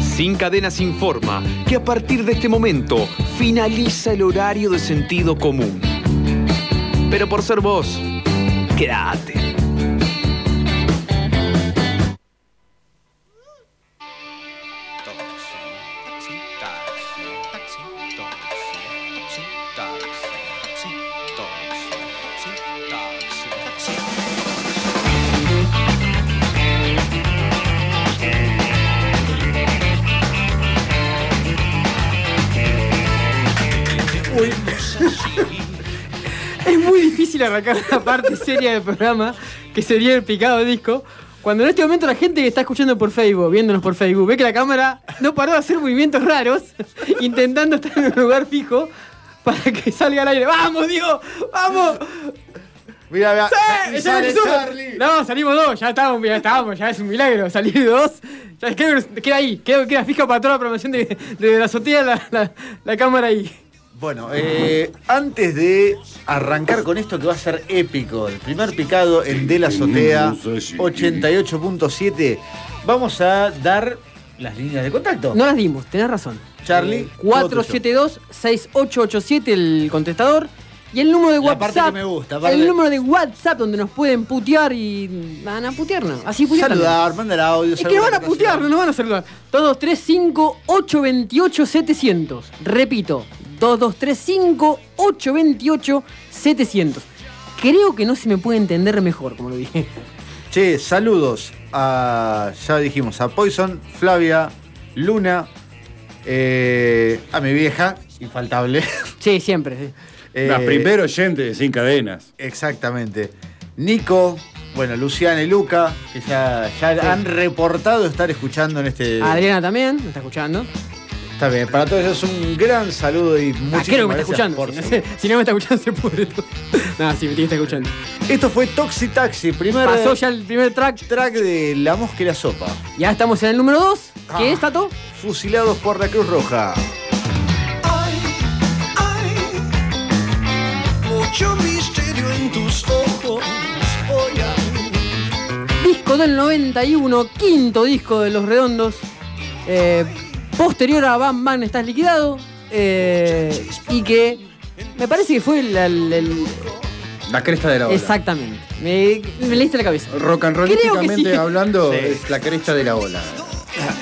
Sin Cadenas informa que a partir de este momento finaliza el horario de sentido común. Pero por ser vos, quédate. Es muy difícil arrancar la parte seria del programa, que sería el picado disco. Cuando en este momento la gente que está escuchando por Facebook, viéndonos por Facebook, ve que la cámara no paró de hacer movimientos raros, intentando estar en un lugar fijo para que salga al aire. ¡Vamos, Diego! ¡Vamos! Mira, mira. ¡Sí! y ¡Ya sale somos! Charlie. No, salimos dos, ya estábamos, ya estábamos, ya es un milagro. Salir dos, ya queda, queda ahí, queda, queda fija para toda la promoción de, de la azotea la- la- la cámara ahí. Bueno, eh, antes de arrancar con esto que va a ser épico, el primer picado en De la Azotea 88.7, vamos a dar las líneas de contacto. No las dimos, tenés razón. Eh, Charlie, todo tuyo. 472-6887 el contestador. Y el número de La parte WhatsApp. que me gusta, aparte- El número de WhatsApp donde nos pueden putear y. Van a putearnos. Así putear. también. Saludar, mandar audio. Es que nos van a putear, no nos van a saludar. 2235-828-700. Repito, 2235-828-700. Creo que no se me puede entender mejor, como lo dije. Che, saludos a, ya dijimos, a Poison, Flavia, Luna, eh, a mi vieja, infaltable. Sí, siempre. sí. Eh, La primera oyente de Sin Cadenas. Exactamente. Nico, bueno, Luciana y Luca, que ya, ya han reportado estar escuchando en este... Adriana también, me está escuchando. Está bien, para todos ellos un gran saludo y Ah, muchísimas creo que me está gracias escuchando. por Si no, seguir. se- si no me está escuchando, se pudre todo. Nada, sí, me tiene que estar escuchando. Esto fue Toxi Taxi, primer Pasó ya el primer track. track de La Mosca y la Sopa. Ya estamos en el número 2. Ah. ¿Qué es, Tato? Fusilados por la Cruz Roja. Hay, hay mucho misterio en tus ojos. Hoy hay Disco del 91, quinto disco de Los Redondos. Eh, posterior a Bam Bam Estás Liquidado. Eh, y que me parece que fue el... el- el- La cresta de la ola. exactamente. Me, me leíste la cabeza. Rock and Creo que rollísticamente sí. hablando, Sí. es la cresta de la ola.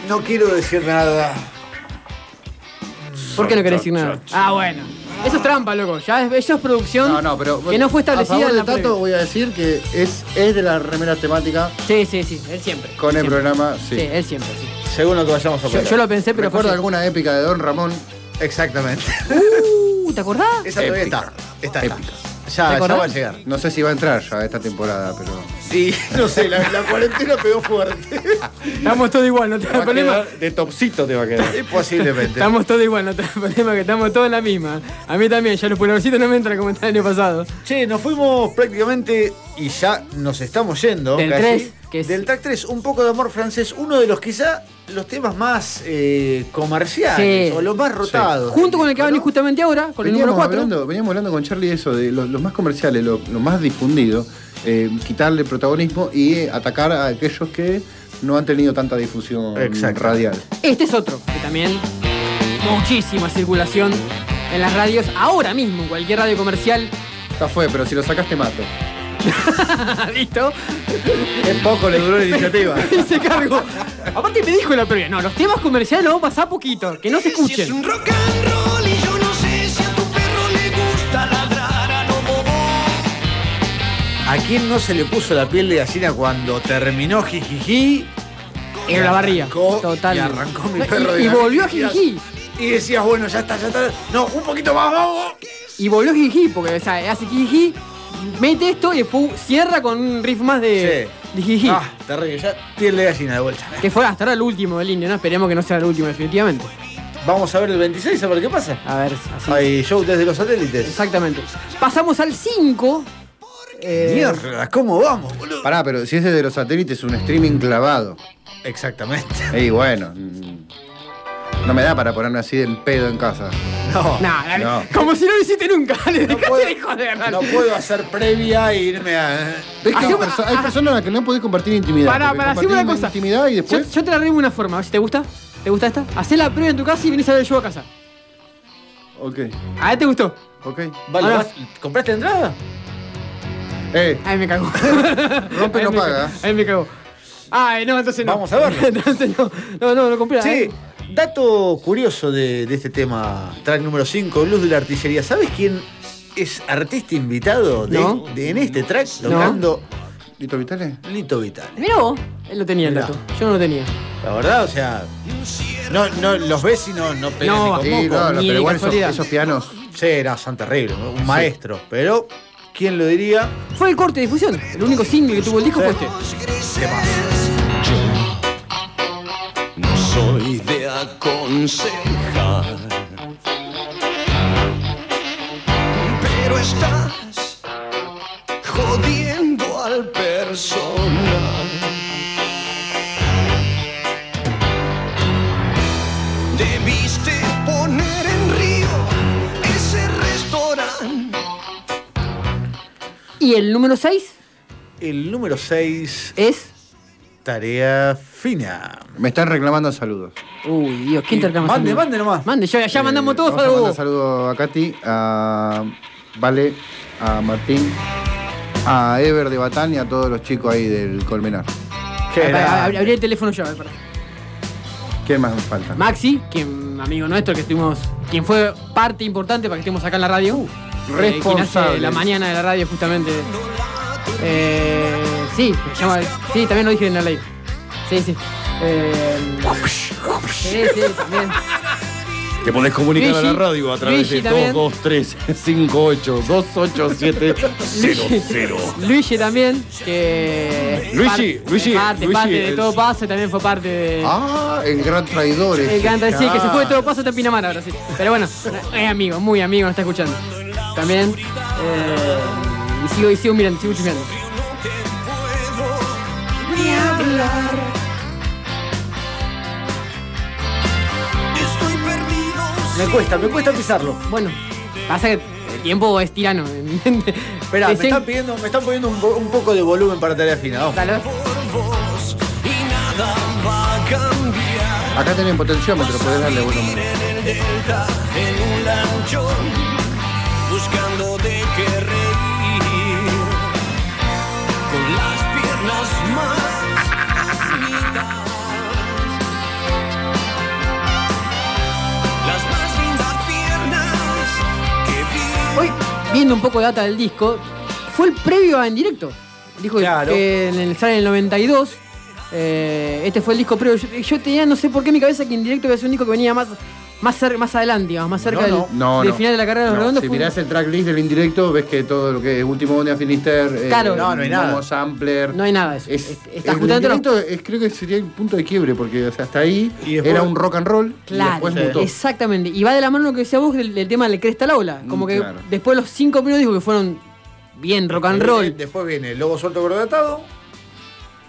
No quiero decir nada. ¿Por qué no querés decir nada? Ah, bueno. Eso es trampa, loco. Ya es, eso es producción No, no, pero- que no fue establecida a favor en la de Tato previa. voy a decir que es, es de la remera temática. Sí, sí, sí. Él siempre. Con el Siempre. programa, sí. Sí, él siempre, sí. Según lo que vayamos a Yo, poner. yo lo pensé, pero fue Recuerdo así. alguna épica de Don Ramón. Exactamente. Uh, ¿te acordás? Esa todavía Épica. está. Está, está. Épica. Ya, ya acordás? va a llegar. No sé si va a entrar ya esta temporada, pero. Sí, no sé, la, la cuarentena pegó fuerte. Estamos todos igual, no te Va a da problema. quedar de topsito te va a quedar. Posiblemente. Estamos todos igual, no te da problema, que estamos todos en la misma. A mí también, ya los pulgarcitos no me entran como está el año pasado. Che, nos fuimos prácticamente y ya nos estamos yendo. Del casi. tres, que es- Del track 3, un poco de amor francés, uno de los quizá los temas más eh, comerciales Sí. o los más rotados. Junto con el que va a venir justamente ahora, con el número 4. hablando, veníamos hablando con Charlie eso, de lo- los más comerciales, lo, lo más difundido, eh, quitarle protagonismo y eh, atacar a aquellos que no han tenido tanta difusión Exacto. radial. Este es otro, que también muchísima circulación en las radios, ahora mismo, en cualquier radio comercial. Ya fue, pero si lo sacaste mato. ah, ¿Listo? Es poco le duró la iniciativa. Se cargo. Aparte me dijo en la previa, no, los temas comerciales los vamos a pasar poquito, que no se Si es escuchen. un rock and roll y yo no sé si a tu perro le gusta ladrar a lo bobo. ¿A quién no se le puso la piel de gallina cuando terminó Jijiji? En la barriga. Arrancó, Total. Y arrancó mi No, perro y, de y la volvió a Jijiji. Jiji. Y decías, bueno, ya está, ya está. No, un poquito más, vamos. Y volvió Jiji, porque o sea, hace Jiji, mete esto y después cierra con un riff más de, de Jiji. Ah, terrible, ya piel de gallina de vuelta. Que fue hasta ahora el último del indio, ¿no? Esperemos que no sea el último, definitivamente. Vamos a ver el 26 a ver qué pasa. A ver, así. Hay show desde los satélites. Exactamente. Pasamos al Eh, 5. Mierda, ¿cómo vamos, boludo? Pará, pero si ese de los satélites es un streaming clavado. Exactamente. Y bueno, mm, no me da para ponerme así en pedo en casa. No. Nah, dale. No. Como si no lo hiciste nunca. Dale, No dejate de puedo, joder, dale. no puedo hacer previa e irme a. Es que hay, Hacemos- perso- hay personas a las que no podés compartir intimidad. Pará, porque pará, hacemos compartís una cosa. Intimidad y Yo, después. yo te la arreglo de una forma, a ver si te gusta. ¿Te gusta esta? Hacé la prueba en tu casa y venís a ver el show a casa. Ok, A él te gustó. ok. Vale, Ahora- vas- ¿Compraste entrada? Eh, Ay, me cagó. Rompe Ahí no me paga. cagó, Ahí me cagó. Ay, no, entonces no. Vamos a verlo. entonces no. No, no, no compré. Sí, ¿eh? dato curioso de, de este tema, track número 5, Luz de la Artillería. ¿Sabes quién es artista invitado de, No. de- en este track No. tocando ¿Lito Vitale? Lito Vital? Mirá vos. Él lo tenía el Mirá. dato. Yo no lo tenía. La verdad, o sea, no, no, los ves y no, no pegan No, ni con sí, moco. Sí, no, no, ni de pero igual esos, casualidad. esos pianos. Sí, era son terribles, un maestro. Pero, ¿quién lo diría? Fue el corte de difusión. El único single que tuvo el disco fue este. No soy de aconsejar. Pero estás jodiendo al personal. Debiste poner en río ese restaurante. Y el número 6 El número 6, es. Tarea Fina. Me están reclamando saludos. Uy, Dios, ¿quién te reclama? Mande, saludos? mande nomás. Mande, ya, ya Eh, mandamos todos vamos a mandar saludos. saludos a Katy, a Vale, a Martín, a Ever de Batán y a todos los chicos ahí del Colmenar. Qué Pará, grande. abrí- abrí el teléfono ya, a ver, pará. ¿Quién más me falta? Maxi, quien amigo nuestro que estuvimos, quien fue parte importante para que estemos acá en la radio. Eh, quien hace responsable. la mañana de la radio justamente. Eh, sí, se llama- sí, también lo dije en la ley. Sí, sí. Eh, sí, sí, también. Te podés comunicar a la Luigi, radio a través Luigi de también. 223 58 287 00. Luigi también, que Luigi, par- Luigi, parte, Luigi parte de es- todo pase, también fue parte de Ah, el gran traidor. ese. El canta, sí, que se fue de todo paso hasta Pinamar ahora sí. Pero bueno, es amigo, muy amigo, nos está escuchando. También. eh, y sigo, y sigo mirando, sigo chingando. ni hablar. Estoy perdido. Me cuesta, me cuesta pisarlo. Bueno, pasa que el tiempo es tirano. Espera, me están pidiendo, me están poniendo un, po- un poco de volumen para Tarea Fina. vamos. Dale. Acá tenés potenciómetro, podés darle volumen. Buscando de qué reír con las piernas más bonitas, las más lindas piernas que vi. Hoy, viendo un poco de data del disco, fue el previo a en directo. Dijo que- Claro. que en el, sale en el 92. eh, este fue el disco previo. Yo, yo tenía, no sé por qué en mi cabeza que en directo iba a ser un disco que venía más, más, cer- más adelante, digamos, más cerca No, no. del, No, del no. final de la carrera de los No, redondos. Si fue un- mirás el tracklist del indirecto, ves que todo lo que es último Bonde a Finister, eh, Claro. No, no hay nada. Momo Sampler. No hay nada de eso. Es, Es- está el justamente indirecto es- creo que sería el punto de quiebre, porque o sea, hasta ahí Y después- era un rock and roll y Claro, después mutó. exactamente. Y va de la mano lo que decías vos del, del tema del cresta al ola. Como Mm, que claro. después los cinco primeros dijo que fueron bien rock and roll. Después viene Lobo Suelto Gordo Atado.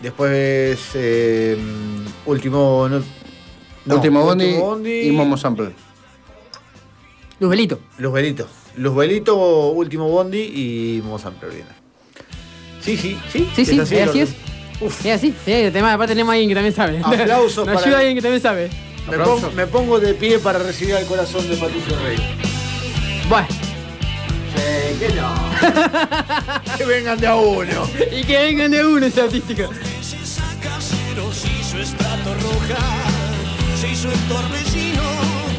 Después eh, Último. no- no, último, Bondi y Momo Momos. Sampler. Luzbelito. Luzbelito. Luzbelito, Último Bondi y Momo Sampler viene. Sí, sí, sí. Sí, sí, es así lo- es. Es así. Sí, además, aparte tenemos a alguien que también sabe. Aplausos Nos para ayuda el- alguien que también sabe. Me pongo, me pongo de pie para recibir al corazón de Patricio Rey. Bueno, Sí, que no. que vengan de a uno. y que vengan de uno esa artística. Se saca cero, se hizo estrato roja, se hizo el torbellino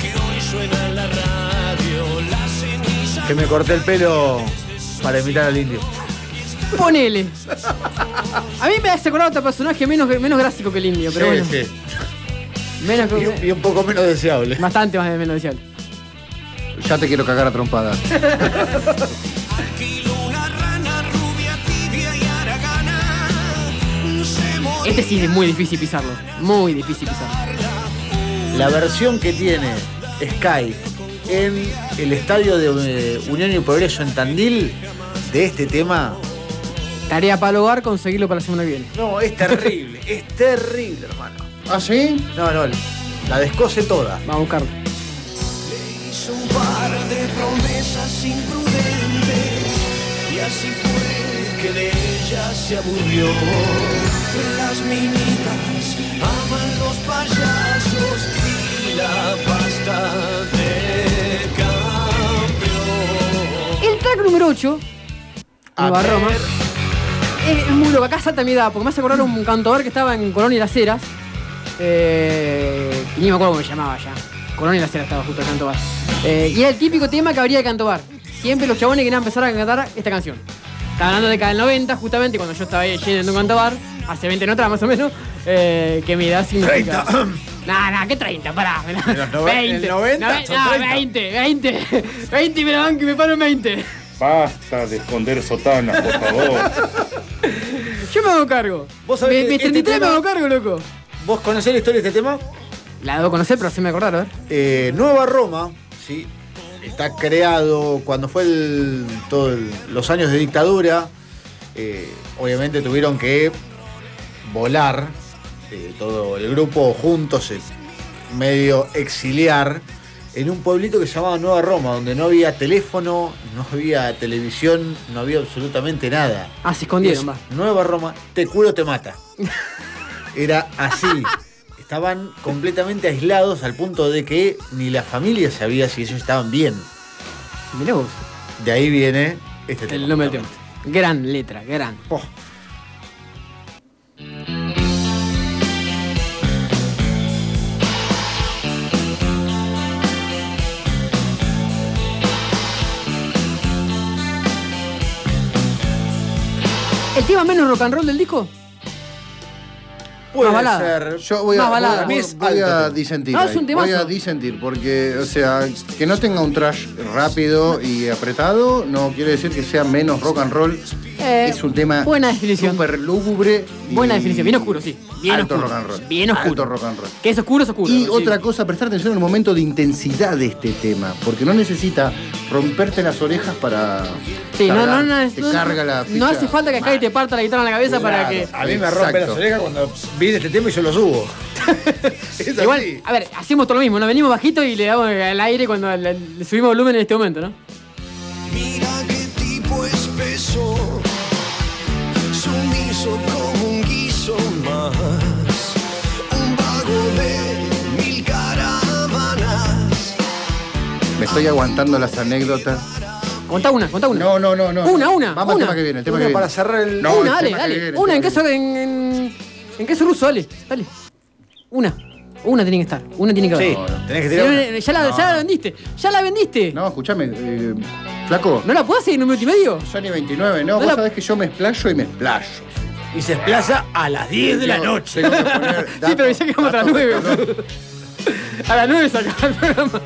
que hoy suena en la radio, la ceniza. Que me corté el pelo para imitar al indio. Ponele. A mí me hace acordar a otro personaje menos, menos gráfico que el indio, pero bueno. Sí, Menos sí. Y un- y un poco menos deseable. Bastante más de menos decía. Ya te quiero cagar a trompadas. Tranquilo, una rana rubia, tibia y aragana. Se moría Este sí es muy difícil pisarlo. Muy difícil pisarlo. La versión que tiene Sky en el estadio de eh, Unión y Progreso en Tandil de este tema. Tarea para el hogar, conseguirlo para la semana que viene. No, es terrible, es terrible, hermano. ¿Ah, sí? No, no, la descose toda. Vamos a buscarlo. hizo un par de promesas imprudentes y así fue que de ellas se aburrió. Las minitas aman los payasos y 8, Nueva Roma. Es, es muy loco, acá Salta mi edad, porque me hace acordar un cantador que estaba en Colonia Las Heras. Eh, que ni me acuerdo cómo se llamaba ya. Colonia Las Heras estaba justo en Cantobar. Eh, y era el típico tema que habría de Cantobar. Siempre los chabones querían empezar a cantar esta canción. Estaba hablando de década del 90, justamente cuando yo estaba ahí yendo a Cantobar, hace 20 no atrás más o menos, eh, que mi edad significa. 30. Nah, nah, ¿qué 30? Pará. noven- el 90 Noven- son nah, 30. 20, 20. 20 me la banco y me paro en 20. Basta de esconder sotanas, por favor. Yo me hago cargo. Vos Me- sabés que me este 33 me tema- hago cargo, loco. ¿Vos conocés la historia de este tema? La debo conocer, pero sí me acordar, a ver. Eh, Nueva Roma, ¿sí? está creado cuando fue el, todos los años de dictadura. eh, obviamente tuvieron que volar eh, todo el grupo juntos, se medio exiliar en un pueblito que se llamaba Nueva Roma, donde no había teléfono, no había televisión, no había absolutamente nada. Ah, se escondieron, Es va. Nueva Roma, te culo te mata. Era así. Estaban completamente aislados al punto de que ni la familia sabía si ellos estaban bien. Mirá vos. De ahí viene este tema. El nombre del tema. Gran letra, gran. Oh. ¿El tema menos rock and roll del disco? Puede Más balada. ser. Yo voy Ah. Más a, balada. voy a- A mí es voy alto a tema. disentir. No, es ahí. un temazo. voy a disentir, porque, o sea, que no tenga un trash rápido y apretado no quiere decir que sea menos rock and roll. Eh, es un tema buena definición. súper lúgubre. y Buena definición, bien oscuro, sí. Bien alto oscuro. rock and roll. Bien oscuro. Alto rock and roll. Que es oscuro, es oscuro. Y sí. otra cosa, prestar atención al momento de intensidad de este tema, porque no necesita romperte las orejas para. Sí, no, no, cargar. no, es- Te no- carga la no ficha. hace falta que acá y te parta la guitarra en la cabeza para que. A mí me rompe las Exacto. orejas cuando viene este tema y yo lo subo. Es Igual, así. a ver, hacemos todo lo mismo, nos venimos bajito y le damos al aire cuando le, le subimos volumen en este momento, ¿no? Mira qué tipo espeso, sumiso como un guiso más, un vago de mil caravanas. Me estoy aguantando las anécdotas. Contá una, contá una. No, no, no, no. Una, una, Vamos una. al tema que viene, el tema Una que viene. para cerrar el. No, una, el dale, tema que dale. viene, el una en tema queso, en, en, en queso ruso, dale, dale. Una. Una tiene que estar. Una tiene que haber. Sí, tenés que tirar Si no, una. ya, la, ya la vendiste. Ya la vendiste. No, No, escúchame, eh, flaco. la puedo hacer en un minuto y medio. Sony 29, no, No vos la- sabés que yo me explayo y me explayo. Y se desplaza a las 10 de la Tengo- noche. tengo que poner sí, pero datos- ya quedamos a las datos de nueve. color. a las nueve sacaba el programa.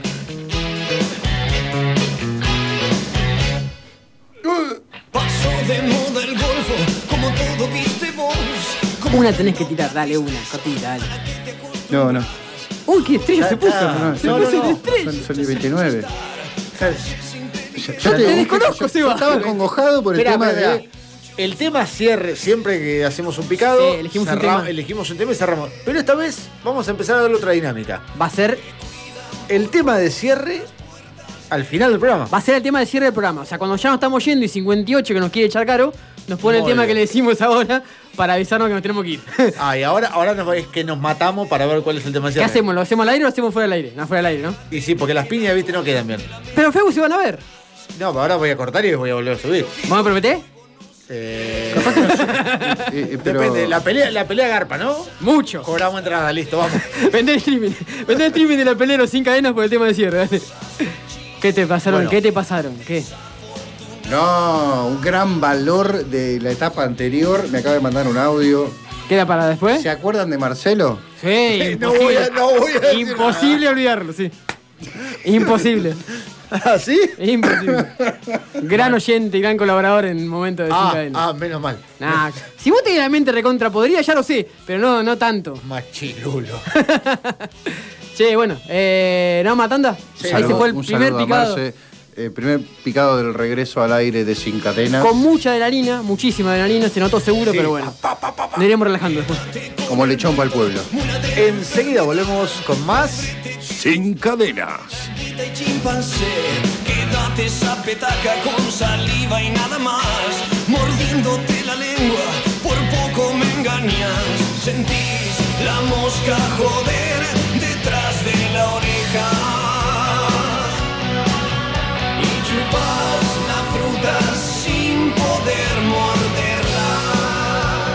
Pasó de moda el golfo, como todo viste vos. Como Una tenés que tirar, dale, una, cortita, dale. No, no. Uy, qué estrella se puso. No, no, se no, puso no, en no. estrella. Son- Sony 29. Ya- ya Yo te digo, desconozco, yo- yo Seba. Estaba congojado por el Esperá, tema esperá, de. esperá. El tema cierre, siempre que hacemos un picado, Sí, elegimos un cerra- tema. elegimos un tema y cerramos. Pero esta vez vamos a empezar a darle otra dinámica. Va a ser, El tema de cierre al final del programa. va a ser el tema del cierre del programa. O sea, cuando ya nos estamos yendo y 58 que nos quiere echar caro, nos pone el Muy tema bien. que le decimos ahora para avisarnos que nos tenemos que ir. Ah, y ahora, ahora nos, es que nos matamos para ver cuál es el tema de ¿Qué cierre. hacemos? ¿Lo hacemos al aire o lo hacemos fuera del aire? No, fuera del aire, ¿no? Y sí, porque las piñas, viste, no quedan bien. Pero Feu se van a ver. No, pero ahora voy a cortar y voy a volver a subir. ¿Vos me prometés? Eh, eh, eh, pero- depende, la pelea, la pelea garpa, ¿no? Mucho. Cobramos entrada, listo, vamos. Vender streaming. Vender streaming de la pelero sin cadenas por el tema de cierre. dale. ¿Qué te pasaron? Bueno. ¿Qué te pasaron? ¿Qué? No, un gran valor de la etapa anterior. Me acaba de mandar un audio. ¿Queda para después? ¿Se acuerdan de Marcelo? Sí, No imposible. voy a- no voy a decir imposible olvidarlo, sí. Imposible. ¿Ah, sí? Imposible. Gran oyente y gran colaborador en el momento de sin Ah, cadenas. ah, menos mal. Nah, si vos tenés la mente recontra podrida, ya lo sé, pero no, no tanto. Machirulo. Che, bueno, eh, ¿no matanda? Un Ahí se saludo- fue el un primer saludo a picado. Marce, eh, primer picado del regreso al aire de Sin Cadenas. Con mucha adrenalina, muchísima adrenalina, se notó seguro, pero bueno. Nos iremos relajando después. Como lechón para el pueblo. Enseguida volvemos con más. Sin cadenas. Chiquita y chimpancé, quédate esa petaca con saliva y nada más, mordiéndote la lengua, por poco me engañas, sentís la mosca joder.